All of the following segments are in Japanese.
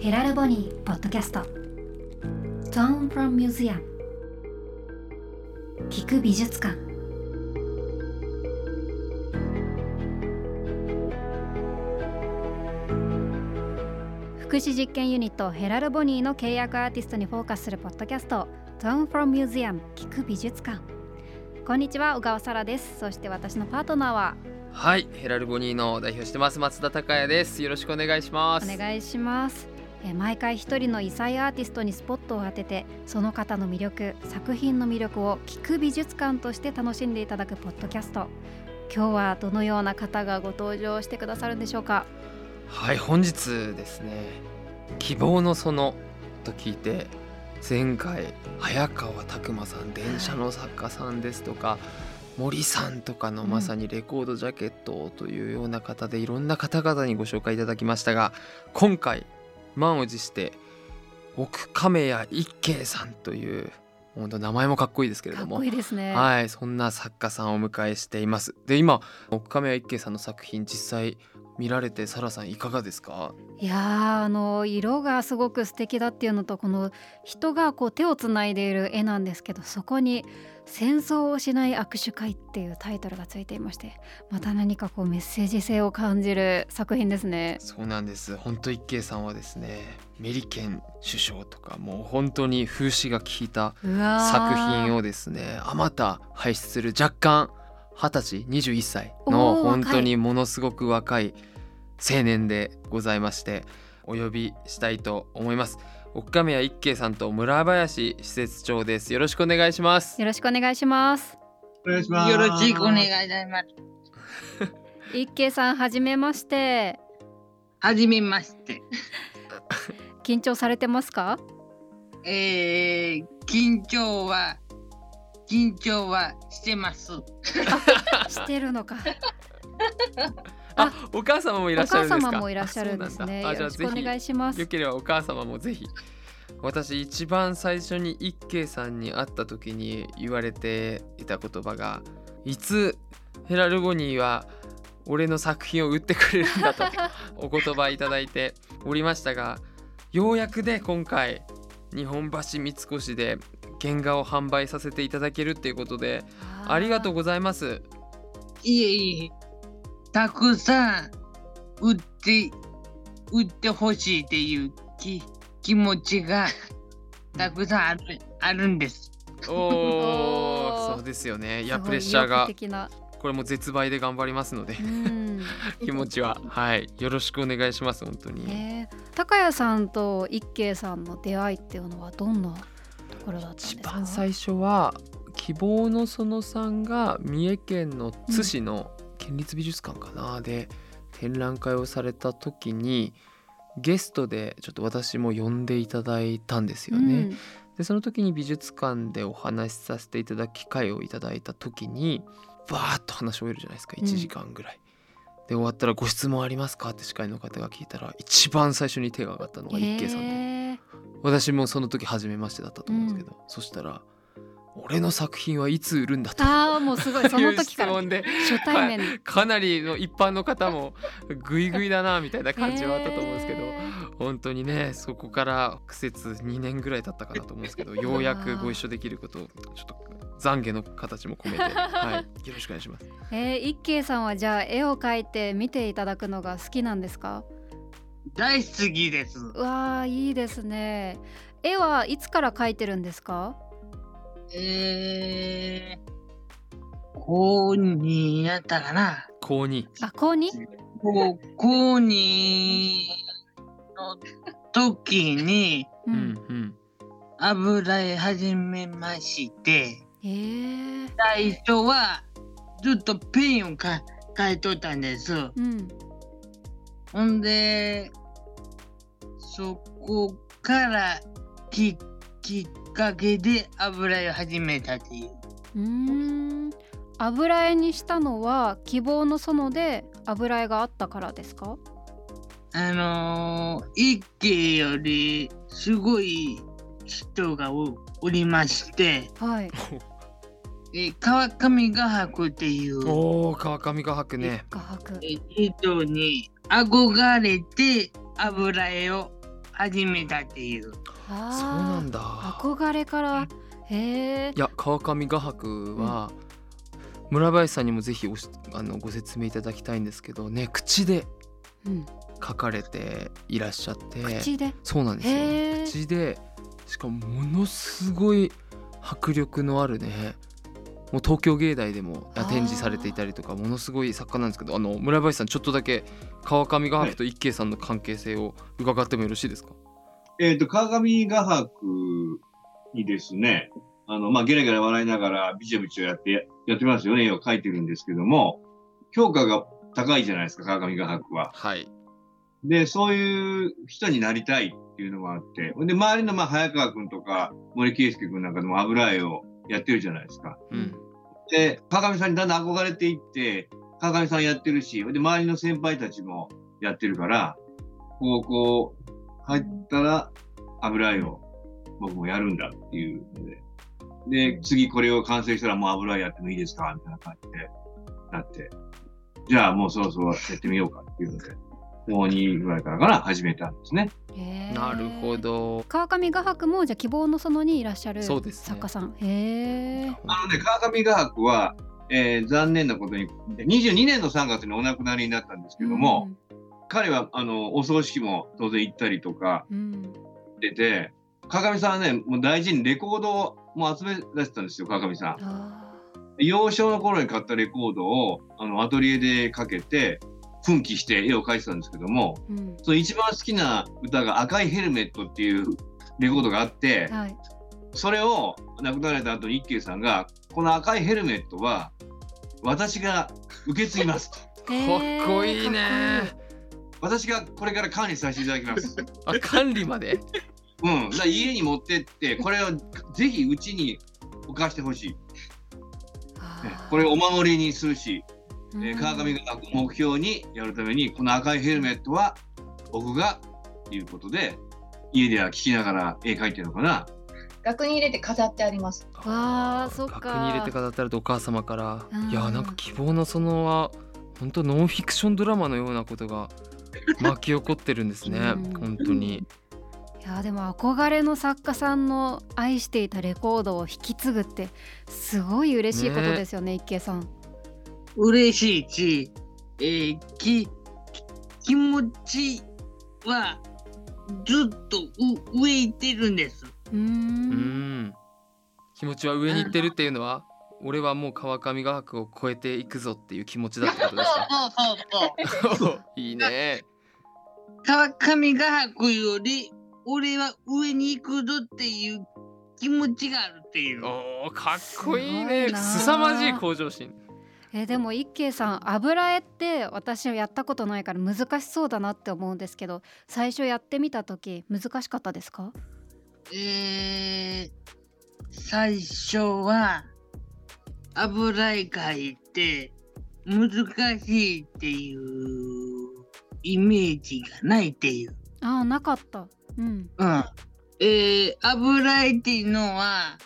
ヘラルボニーポッドキャスト Tone from Museum 聞く美術館福祉実験ユニットヘラルボニーの契約アーティストにフォーカスするポッドキャスト Tone from Museum 聞く美術館こんにちは小川沙羅ですそして私のパートナーははい、ヘラルボニーの代表してます松田孝也です。よろしくお願いします。お願いしますえー毎回一人の異彩アーティストにスポットを当ててその方の魅力作品の魅力を聞く美術館として楽しんでいただくポッドキャスト今日はどのような方がご登場してくださるんでしょうかはい、本日ですね、希望の園と聞いて、前回早川拓磨さん、電車の作家さんですとか、森さんとかのうんまさにレコードジャケットというような方で、いろんな方々にご紹介いただきましたが、今回満を持して奥亀谷一慶さんという本当名前もかっこいいですけれかどっもこいいですねはい、そんな作家さんをお迎えしています。で、今、奥亀谷一慶さんの作品、実際見られて、サラさんいかがですか。いやーあの色がすごく素敵だっていうのとこの人がこう手をつないでいる絵なんですけどそこに「戦争をしない握手会」っていうタイトルがついていましてまた何かこうメッセージ性を感じる作品ですね。そうなんです。本当一慶さんはですね、メリケン首相とか、もう本当に風刺が効いたうわー作品をですね、あまた輩出する若干二十歳、21歳のおー本若当いにものすごく若い青年でございまして、お呼びしたいと思います。奥亀谷一慶さんと村林施設長です。よろしくお願いします。よろしくお願いします。お願いします。よろしくお願いいたします。一慶さんはじめましてはじめまして。緊張されてます か？えー、緊張は、緊張はしてます。してるのか。あ、お母様もいらおっしゃる母んですか。様もいらっしゃるんですね。よあそうなろんしだくおあじゃ願あいしまぜひ、すよ。ければお母様もぜひ。私一番最初に一慶さんに会った時に言われていた言葉がいつヘラルボニーは俺の作品を売ってくれるんだと お言葉いただいておりましたがようやくで今回日本橋三越で原画を販売させていただけるっていうことでありがとうごございますいえいえ、たくさん売って、売ってほしいっていう気気持ちがたくさんあるあるんです。おおーおそうですよねいやプレッシャーが的な。これも絶倍で頑張りますの でうん。気持ちははいよろしくお願いします本当にえー、高谷さんと一慶さんの出会いっていうのはどんなところだったんです一か番最初は希望の園さんが三重県の津市の県立美術館かな、で展覧会をされた時にゲストでちょっと私も呼んでいただいたんですよね、でその時に美術館でお話しさせていただく機会をいただいた時にバーッと話し終えるじゃないですかうん1時間ぐらい。で終わったら「ご質問ありますか?」って司会の方が聞いたら一番最初に手が上がったのうがん、一慶さんで、えー私もその時初めましてだったと思うんですけど、そしたら「俺の作品はいつ売るんだ」とああもうすごいそいのう時 質から問で初対面にかなりの一般の方もグイグイだなみたいな感じはあったと思うんですけど。えー本当にねそこから苦節2年ぐらい経ったかなと思うんで すけどようやくご一緒できることをちょっと懺悔の形も 込めて、はい、よろしくお願いします。えー、一慶さんはじゃあ絵を描いて見ていただくのが好きなんですか大好きです。うわあいいですね絵はいつから描いてるんですかえー、こうになったかな。高二あ高に高校にの時にううんん、うん油絵始めましてえー、最初はずっとペンをか描いとったんですうんほんでそこからききっかけで油絵を始めたっていううーん油絵にしたのは希望の園で油絵があったからですかあのー、一家よりすごい人がおおりましてはいえー川上画伯っていうおお川上画伯ね画伯えー人に憧れて油絵を始めたっていう。あそうなんだだ憧れからへえいや川上画伯は、村林さんにもぜひおしあのご説明いただきたいんですけどね口でうん書かれていらっしゃって口でそうなんですへよー口でしかもものすごい迫力のあるねもう東京芸大でもああー展示されていたりとかものすごい作家なんですけどあの村林さんちょっとだけ川上画伯と一慶さんの関係性を伺ってもよろしいですか、えっ、と、川上画伯にですね、あの、まあ、ゲラゲラ笑いながら、ビチャビチャやって、やってますよね、絵を描いてるんですけども、評価が高いじゃないですか、川上画伯は。はいで、そういう人になりたいっていうのもあって、で、周りの、まあ、早川くんとか、森圭介くんなんかでも油絵をやってるじゃないですか。うんで、川上さんにだんだん憧れていって、川上さんやってるし、で、周りの先輩たちもやってるから、高校入ったら油絵を僕もやるんだっていうので、で、次これを完成したらもう油絵やってもいいですかみたいな感じでなって、じゃあもうそろそろやってみようかっていうので、高2ぐらいからから始めたんですね。へえなるほど川上画伯もじゃあ希望の園にいらっしゃるそうですね作家さんへえあのね、川上画伯は、えー残念なことに、22年の3月にお亡くなりになったんですけども、彼はあのお葬式も当然行ったりとかうん出て川上さんはねもう大事にレコードをもう集め出してたんですよ川上さん。あ幼少の頃に買ったレコードをあのアトリエでかけて奮起して絵を描いてたんですけどもーうんその一番好きな歌が「赤いヘルメット」っていうレコードがあってはいそれを亡くなられた後に一休さんが「この赤いヘルメットは私が受け継ぎます」とかっこいいねへーかっこ「私がこれから管理させていただきます」あ管理までうん、だから家に持ってって、これをぜひうちに置かしてほしい、いいあーこれをお守りにするし、えうーん川上が目標にやるために、この赤いヘルメットは僕がということで、家では聞きながら絵描いてるのかな。額に入れて飾ってあります。わあそっか額に入れて飾ってあるとお母様から、うんいやなんか希望の園は本当ノンフィクションドラマのようなことが巻き起こってるんですね、うん本当にいやーでも憧れの作家さんの愛していたレコードを引き継ぐってすごい嬉しいことですよね一慶さん。嬉しいし、えーきき気持ちはずっとう植えてるんです。うーうんん気持ちは上に行ってるっていうのは俺はもう川上画伯を超えていくぞっていう気持ちだってこ とですそうそうそう。かいいね川 上画伯より俺は上に行くぞっていう気持ちがあるっていう。おーかっこいいすごねいなー凄まじい向上心えーでも一慶さん油絵って私はやったことないから難しそうだなって思うんですけど最初やってみた時難しかったですかえー、最初は油絵描いて難しいっていうイメージがないっていう。ああなかった。うん、うん。えー、油絵っていうのは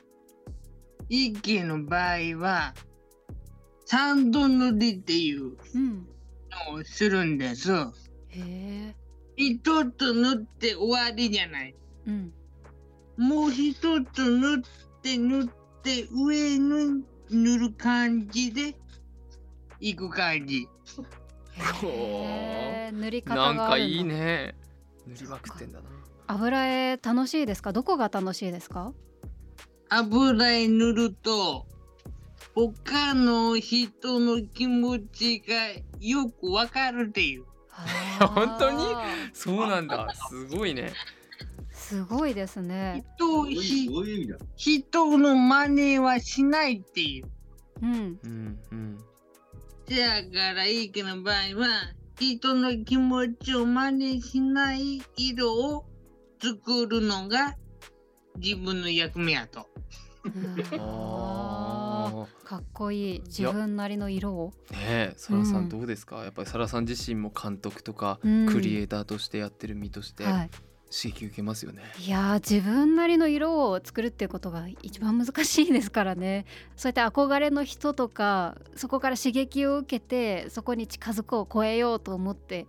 一家の場合は3度塗りっていううん、のをするんです。へえ、一つ塗って終わりじゃない。 うん、もう一つ塗って塗って上に塗る感じでいく感じ。ほうへー塗り方があるなんだかいいね塗りまくってんだな油絵楽しいですかどこが楽しいですか油絵塗ると他の人の気持ちがよくわかるっていう。あー 本当にそうなんだすごいねすごいですね。人どをういうひどういう意味だ人の真似はしないっていう。うん、うんうんだからいいけど場合は人の気持ちを真似しない色を作るのが自分の役目やと。ああーかっこいい自分なりの色を。ーねえサラさうんんどうですか、やっぱりサラさん自身も監督とか、うんクリエイターとしてやってる身としては刺激受けますよね、い、いやー自分なりの色を作るっていうことが一番難しいですからねそうやって憧れの人とかそこから刺激を受けてそこに近づこう超えようと思って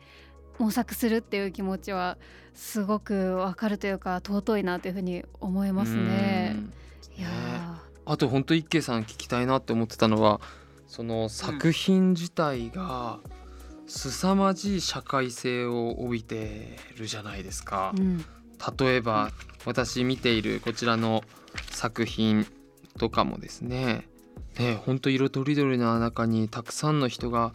模索するっていう気持ちはすごくわかるというか尊いなというふうに思いますねう。んいやあと本当一慶さん聞きたいなって思ってたのはその作品自体が凄まじい社会性を帯びてるじゃないですかー、う。ん、例えば私見ているこちらの作品とかもですねねほんと色とりどりな中にたくさんの人が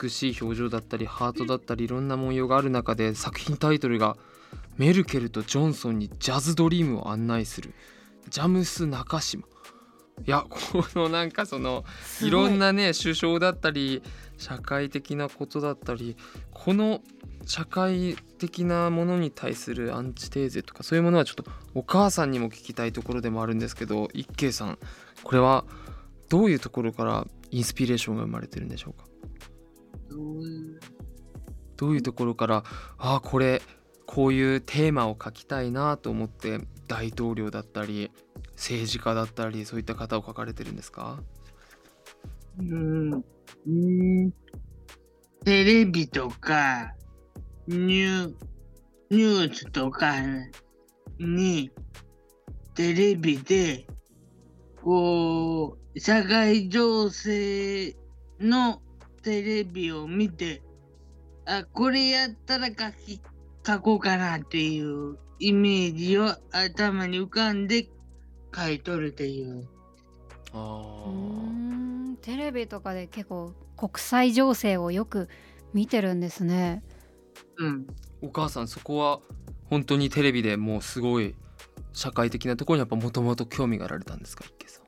美しい表情だったりハートだったりいろんな文様がある中で作品タイトルが「メルケルとジョンソンにジャズドリームを案内するジャムス中島」いやこのなんかそのすごいろんなね首相だったり社会的なことだったりこの社会的なものに対するアンチテーゼとかそういうものはちょっとお母さんにも聞きたいところでもあるんですけど一慶さんこれはどういうところからインスピレーションが生まれてるんでしょうかどういうところからああこれこういうテーマを書きたいなと思って大統領だったり政治家だったりそういった方を書かれてるんですかうんうんテレビとかニュニュースとかにテレビでこう社会情勢のテレビを見てあこれやったら書き書こうかなっていうイメージを頭に浮かんで書いとるっていう。あうーーんテレビとかで結構国際情勢をよく見てるんです ね。うんお母さんそこは本当にテレビでもうすごい社会的なところにやっぱもともと興味があられたんですか一慶さん。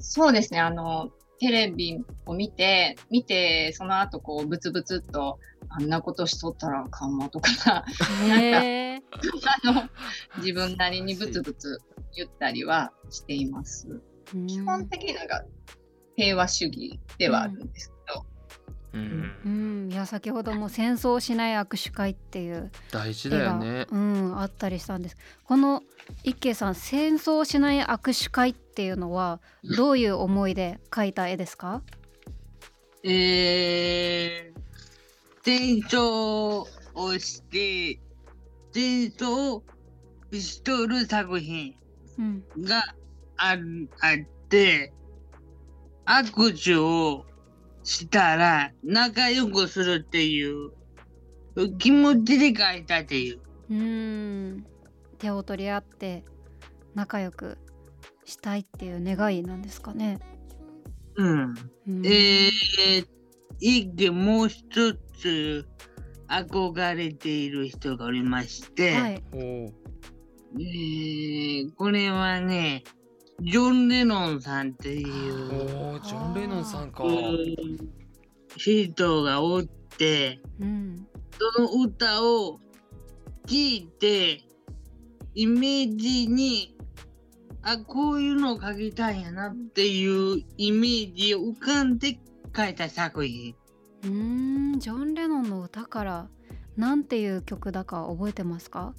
そうですね、あの、テレビを見て、見て、その後こう、ブツブツっと、あんなことしとったらあかんわとか、へーあの、自分 なりにブツブツ言ったりはしています。うん基本的になんか、平和主義ではあるんですけど、うんうん、いや先ほども「戦争をしない握手会」っていう大事絵だが、よね。うん、あったりしたんですこの一慶さん「戦争をしない握手会」っていうのはどういう思いで描いた絵ですかえー、転送をして、転送をしとる作品うんがあるあって、握手をしたら仲良くするっていう気持ちで書いたっていう。うん手を取り合って仲良くしたいっていう願いなんですかね。うん。うんえー、一軒もう一つ憧れている人がおりまして、はい、おーえーこれはね、ジョン・レノンさんっていうおージョン・レノンさんか。人がおって、うんその歌を聴いて、イメージに、あ、こういうのを書きたいんやなっていうイメージを浮かんで書いた作品。うんジョン・レノンの歌からなんていう曲だか覚えてますか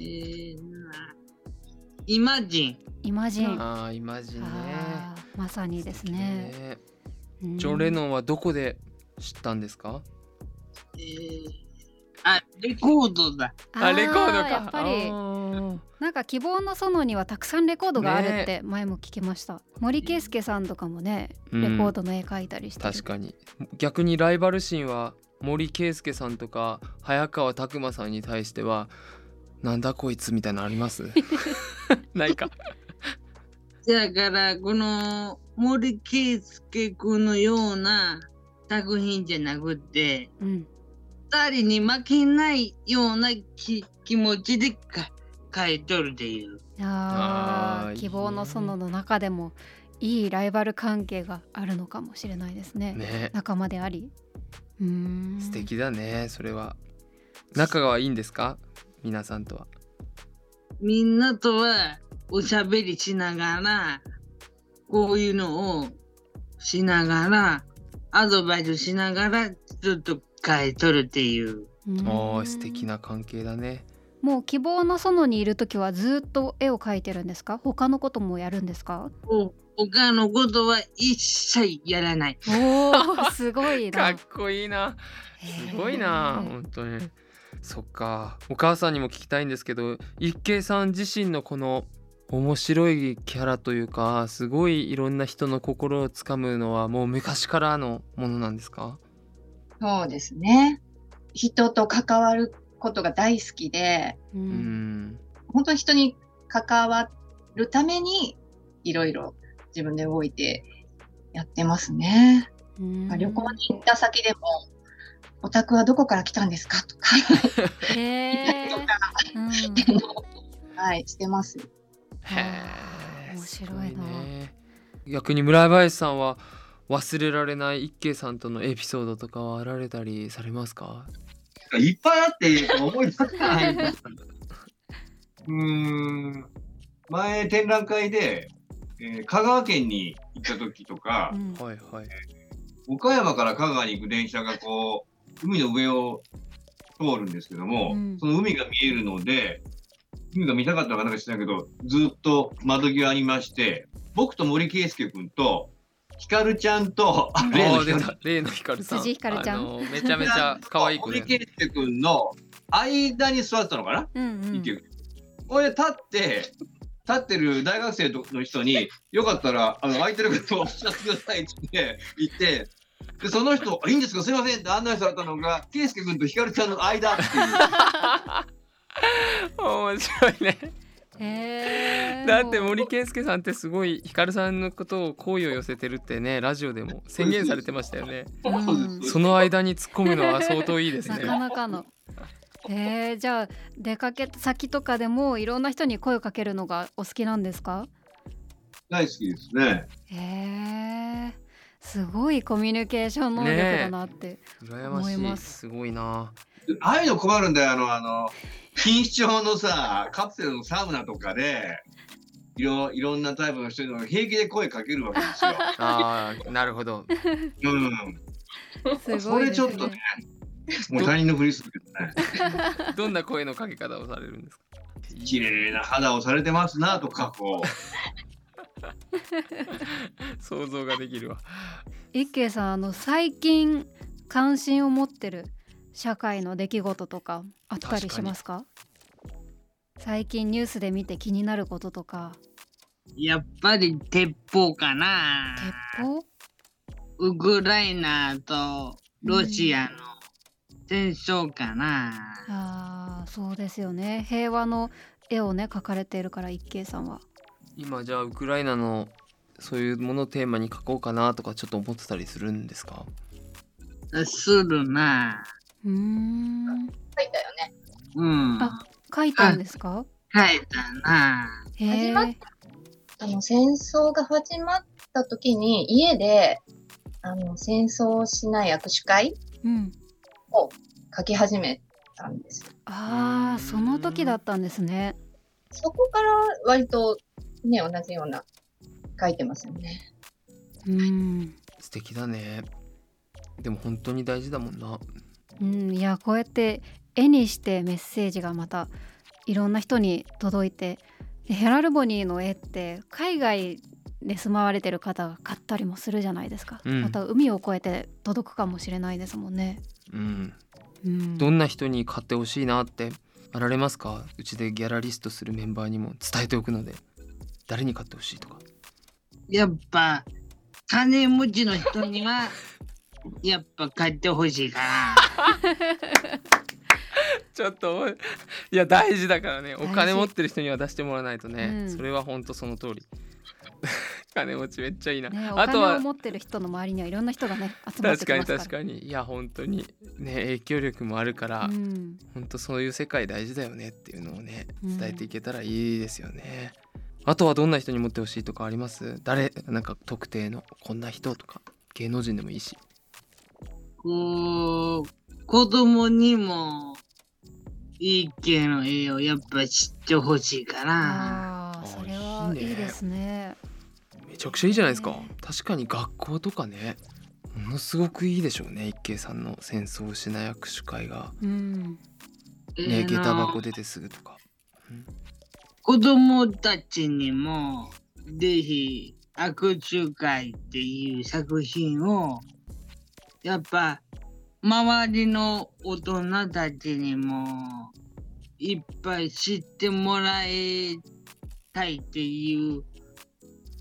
えー、なイマジン。イマジンあーイマジンね。あーまさにですね。ねうんジョン・レノンはどこで知ったんですかえーあ、レコードだ。ああレコードか。やっぱありーなんか希望の園にはたくさんレコードがあるって前も聞きました。森圭介さんとかもね、うんレコードの絵描いたりしてる。確かに逆にライバル心は森圭介さんとか早川拓磨さんに対してはなんだこいつみたいなのありますないかだから、この森圭介君のような作品じゃなくて、うん。二人に負けないようなき気持ちでか書いとるっていう。ああーあいいね希望の園の中でもいいライバル関係があるのかもしれないですね。ね仲間であり。うーん。素。敵だねそれは仲がいいんですか皆さんとはみんなとはおしゃべりしながら、こういうのをしながら、アドバイスしながら、ずっと書いとるっていう。あー素敵。な関係だねもう希望の園にいる時はずっと絵を描いてるんですか他のこともやるんです か他のことは一切やらない。おおすごいかなっこいいなすごいなへー本当にそっかお母さんにも聞きたいんですけど一慶さん自身のこの面白いキャラというかすごいいろんな人の心をつかむのはもう昔からのものなんですかそうですね。人と関わることが大好きで、ううんん本当に人に関わるために、いろいろ自分で動いてやってますね。うん旅行に行った先でも、お宅はどこから来たんですかと か、へーうんはい、してます。へー面白いなすごね逆に村林さんは忘れられない一慶さんとのエピソードとかはあられたりされま すかいっぱいあって思い出せないんだうーん前展覧会で、えー香川県に行った時とかう、んはいはい岡山から香川に行く電車がこう海の上を通るんですけども、うんその海が見えるので海が見たかったのかなんか知らんけどずっと窓際にいまして僕と森圭介君とひかるちゃんとあ例あのあひ出かるた例のひかるさん辻ひかるちゃんあのめちゃめち ゃ可愛い子で森圭介君の間に座ってたのかなうんうん行ける。これ立って立ってる大学生の人によかったらあの空いてることをおっしゃってくださいって言って言ってでその人「あいいんですかすいません」って案内されたのが圭介君とひかるちゃんの間っていう面白いねへーだって森健介さんってすごいひかるさんのことを好意を寄せてるってねラジオで も宣言されてましたよねうんその間に突っ込むのは相当いいですなかねなかの。えー、じゃあ出かけ先とかでもいろんな人に声をかけるのがお好きなんですか大好きですね。えー、すごいコミュニケーション能力だなって、 羨ま思いしいますごいなああいうの困るんだよあのあの錦糸町のさカプセルのサウナとかでいろいろんなタイプの人にも平気で声かけるわけですよ。あーなるほど うん、すごいです、ね、それちょっとねもう他人のふりするけどねどんな声のかけ方をされるんですか綺麗な肌をされてますなとかこう。想像ができるわ一慶さんあの最近関心を持ってる社会の出来事とかあったりしますか最近ニュースで見て気になることとかやっぱり鉄砲かな。鉄砲ウクライナとロシアの戦争かな。あーそうですよね平和の絵をね描かれているから一慶さんは今じゃあウクライナのそういうものをテーマに書こうかなとかちょっと思ってたりするんですかするな。うーん書いたよね。うん。あ書いたんですかはいだな。へ始まえあの、戦争が始まった時に、家で、あの、戦争しない握手会うん書き始めたんですよ。あーその時だったんですねそこから割とね、同じような書いてますよね。うん、素敵だねでも本当に大事だもんなうん、いやこうやって絵にしてメッセージがまたいろんな人に届いてでヘラルボニーの絵って海外で住まわれてる方が買ったりもするじゃないですか、うんまた海を越えて届くかもしれないですもんね、うんうん、どんな人に買ってほしいなってあられますかうちでギャラリストするメンバーにも伝えておくので誰に買ってほしいとかやっぱ金持ちの人に はやっぱ買ってほしいかちょっとい や大事だからねお大金事持ってる人には出してもらわないとね、うんそれは本当その通り 金持ちめっちゃいいな、ね、おあと金をは持ってる人の周りにはいろんな人がね集まって確きかまにすから確かにいや本当にね影響力もあるから、うん、本当そういう世界大事だよねっていうのをねうん伝えていけたらいいですよね、あとはどんな人に持ってほしいとかあります誰なんか特定のこんな人とか芸能人でもいいしら。こう子供にもいい系の絵をやっぱ知ってほしいかな。あああそれはいいですねめちゃくちゃいいじゃないですかね確かに学校とかねものすごくいいでしょうね一慶さんの戦争をしない握手会がうんえねー下駄な箱出てすぐとか子供たちにもぜひ「悪中会」っていう作品をやっぱ周りの大人たちにもいっぱい知ってもらいたいっていう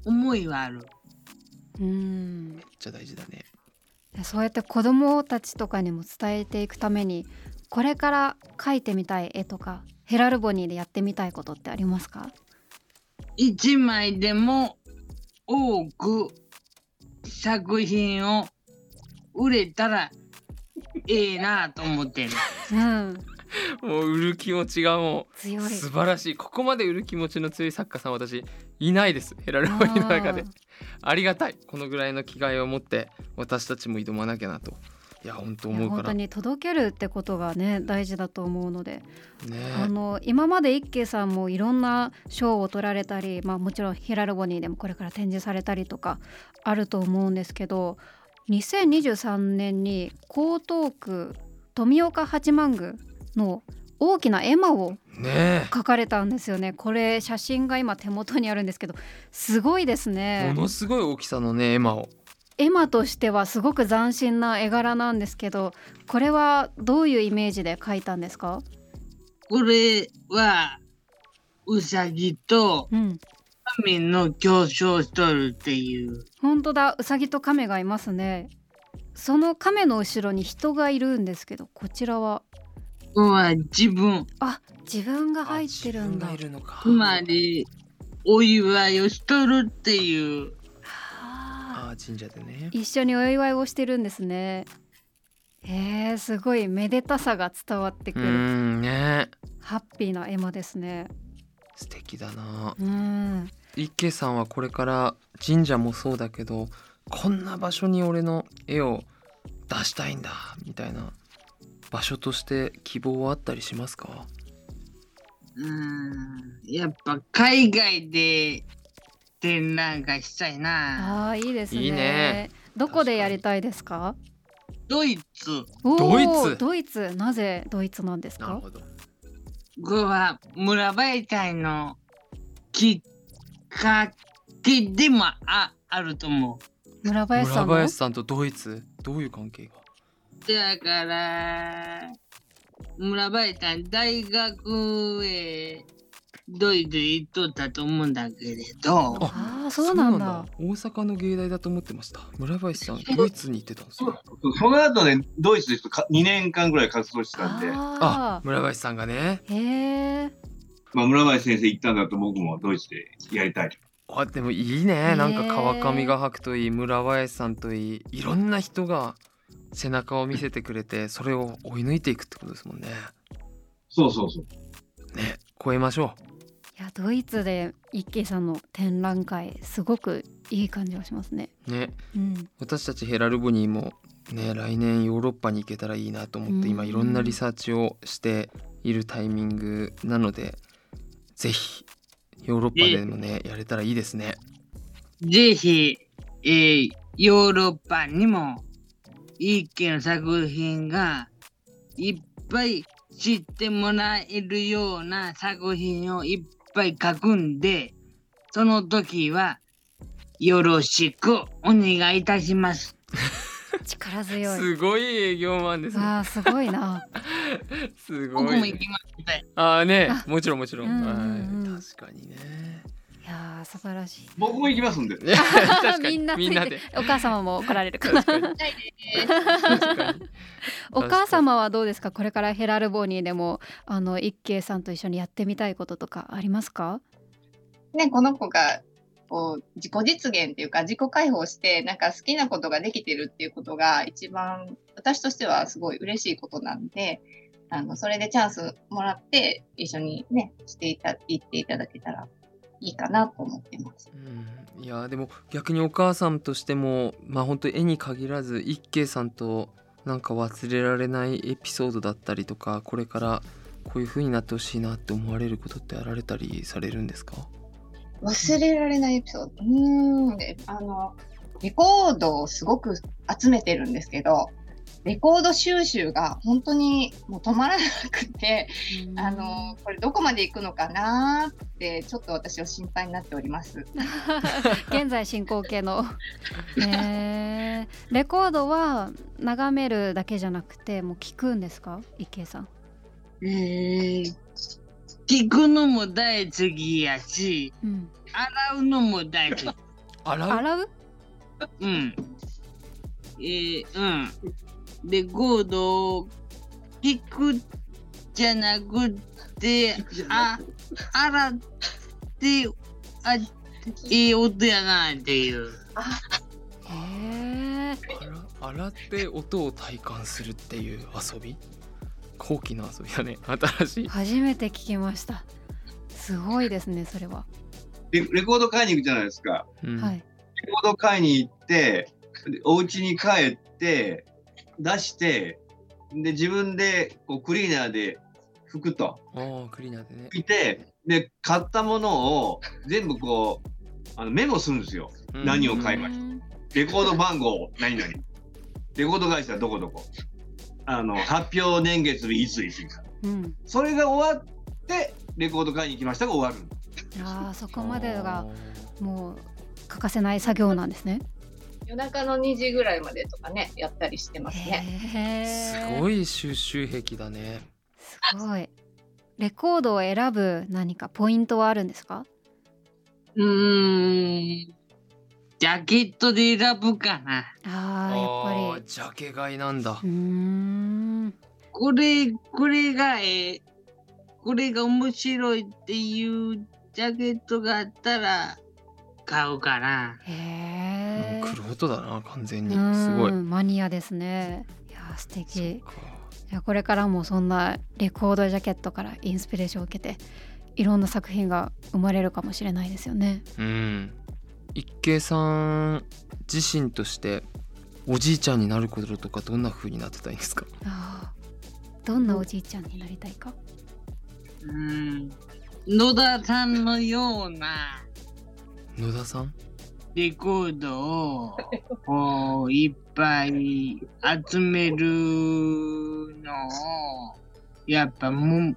思いはある。うんめっちゃ大事だねそうやって子どもたちとかにも伝えていくためにこれから描いてみたい絵とかヘラルボニーでやってみたいことってありますか一枚でも多く作品を売れたらええなと思ってる。うんもう売る気持ちがも強うい素晴らしいここまで売る気持ちの強い作家さん私いないですヘラルボニーの中であーありがたいこのぐらいの気概を持って私たちも挑まなきゃなといや本当いや思うか本当らねに届けるってことがね大事だと思うので、あえの今まで一慶さんもいろんな賞を取られたり、まあ、もちろんヒラルボニーでもこれから展示されたりとかあると思うんですけど2023年に江東区富岡八幡宮の大きな絵馬をね書かれたんですよねこれ写真が今手元にあるんですけどすごいですえねものすごい大きさのね絵馬を絵馬としてはすごく斬新な絵柄なんですけどこれはどういうイメージで描いたんですか、これはウサギとうん、神の競争しとるっていう本当だウサギと亀がいますねその亀の後ろに人がいるんですけどこちらはこれは自分あ自分が入ってるんだあ自分がいるのかつまりお祝いをしとるっていうはああー神社でね一緒にお祝いをしてるんですねえー、すごいめでたさが伝わってうくーるんねハッピーな絵馬ですね素敵だなうん池さんはこれから神社もそうだけどこんな場所に俺の絵を出したいんだみたいな場所として希望はあったりしますかうんやっぱ海外で展覧会したいなああいいですねいいねどこでやりたいですかドイツおードイツドイツなぜドイツなんですかほどこれは村媒体のきっかけでもああると思村林さ村んの林さんとドイツどういう関係がうだから村媒体大学へドイツ行っとったと思うんだけれどああそうなんだ大阪の芸大だと思ってました村林さんドイツに行ってたんですよ そその後ね、ドイツでちょっとか2年間ぐらい活動してたんで、ああ村林さんがねーへえまあ、村林先生行ったんだと僕もドイツでやりたい。あでもいいねえなんか川上画伯といい村林さんといいいろんな人が背中を見せてくれてそれを追い抜いていくってことですもんねそうそうそう。ね超えましょいやドイツで一慶さんの展覧会すごくいい感じがしますねうねうん私たちヘラルボニーもね来年ヨーロッパに行けたらいいなと思って今うんいろんなリサーチをしているタイミングなのでぜひヨーロッパでもねやれたらいいですねぜひ、えーヨーロッパにも一気の作品がいっぱい知ってもらえるような作品をいっぱい書くんでその時はよろしくお願いいたします。力強いすごい営業マンですねあーすごいなすご僕いもね、行きますのでああねもちろんもちろん、うんうんうんはい確かに ねいやー素晴らしい僕も行きますんで。確かみにんなついてで お母様も来られるかな確かに確かにお母様はどうですかこれからヘラルボニーでもあの一慶さんと一緒にやってみたいこととかありますかね、この子がこう自己実現っていうか自己解放してなんか好きなことができてるっていうことが一番私としてはすごい嬉しいことなんであのそれでチャンスもらって一緒にねしていた行っていただけたらいいかなと思ってます。うんいやでも逆にお母さんとしてもまあ本当絵に限らず一慶さんとなんか忘れられないエピソードだったりとかこれからこういう風になってほしいなって思われることってあられたりされるんですか忘れられないエピソード。うーん。であの、レコードをすごく集めてるんですけど、レコード収集が本当にもう止まらなくて、うんあのこれどこまで行くのかなーってちょっと私は心配になっております。現在進行形の、えー、レコードは眺めるだけじゃなくてもう聞くんですか池江さんえー聞くのも大好きやし、うん、洗うのも大好き。洗う洗ううん。えー、うん。レコードを聞くじゃなくて、あ、洗って、あ、いい音やなっていう。へえ洗洗って音を体感するっていう遊び高貴な遊びだね新しい初めて聞きましたすごいですねそれは、でレコード買いに行くじゃないですか。うんはいレコード買いに行って、でお家に帰って、出して、で、自分でこうクリーナーで拭くと。ああクリーナーでね拭いて、で、買ったものを全部こう、あのメモするんですよ。うん何を買いましうんレコード番号、何々。レコード会社どこどこ。あの、発表年月日いついつみたいな。うん、それが終わって、レコード買いに行きましたが終わる。あーそこまであがーもう欠かせない作業なんですね。夜中の2時ぐらいまでとかねやったりしてますね。すすごい。い収集癖だね。すごい。レコードを選ぶ何かポイントはあるんですか？うーん。ジャケットで選ぶかな。ああやっぱージャケ買いなんだり。う。ーん。これ、これが、えーこれが面白いっていうジャケットがあったら、買うかな。へえ。クロートだな完全にうんすごい。マニアですね。いやー素敵。そっかいやこれからもそんなレコードジャケットからインスピレーションを受けていろんな作品が生まれるかもしれないですよね。うん。一慶さん自身としておじいちゃんになることとかどんな風になってたいんですか。あーどんなおじいちゃんになりたいか。うん。野田さんのような野田さん。レコードをこういっぱい集めるのをやっぱも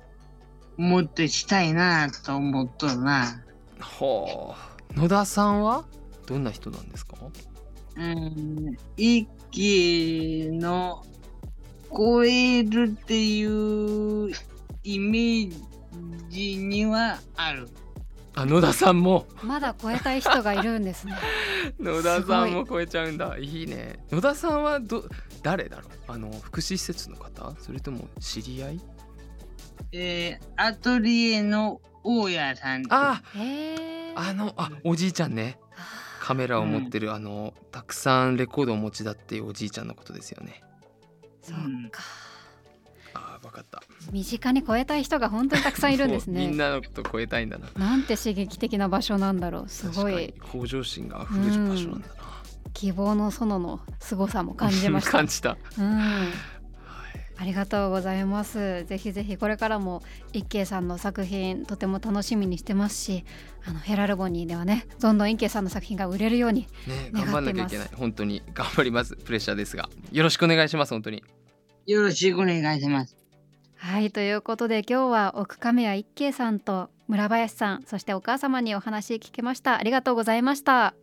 もっとしたいなと思っとるな。はあ。野田さんはどんな人なんですか。うん。一気の超えるっていうイメージにはある。あ野田さんもまだ超えたい人がいるんです ね。野田さんも超えちゃうんだいいね野田さんはど誰だろうあの福祉施設の方それとも知り合いえーアトリエの大家さん。あへえ。あのあおじいちゃんねあカメラを持ってる、あのたくさんレコードをお持ちだっていうおじいちゃんのことですよねーそっか。あーわかった身近に超えたい人が本当にたくさんいるんですもうね。みんなのこと超えたいんだななんて刺激的な場所なんだろう。すごい確かに向上心が溢れる場所なんだな、希望の園の凄さも感じました。 感じたうん。はいありがとうございます。ぜひぜひこれからも一慶さんの作品とても楽しみにしてますし、あのヘラルボニーではね、どんどん一慶さんの作品が売れるように。ね願ってま頑す張んなきゃいけない本当に頑張りますプレッシャーですがよろしくお願いします本当によろしくお願いします。はいということで今日は奥亀谷一慶さんと村林さんそしてお母様にお話聞きましたありがとうございました、わか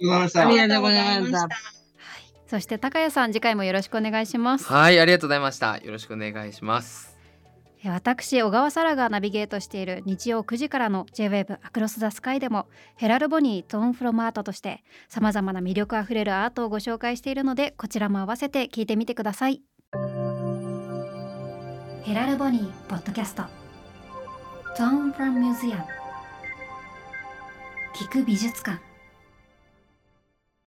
りましあたり。がとうございました。はい、そして高谷さん次回もよろしくお願いしますはいありがとうございましたよろしくお願いしますえ私小川沙羅がナビゲートしている日曜9時からの J-WAVE アクロスザスカイでもヘラルボニートーンフロムアートとしてさまざまな魅力あふれるアートをご紹介しているのでこちらも合わせて聞いてみてくださいヘラルボニーポッドキャストトーンフロムミュージアム聞く美術館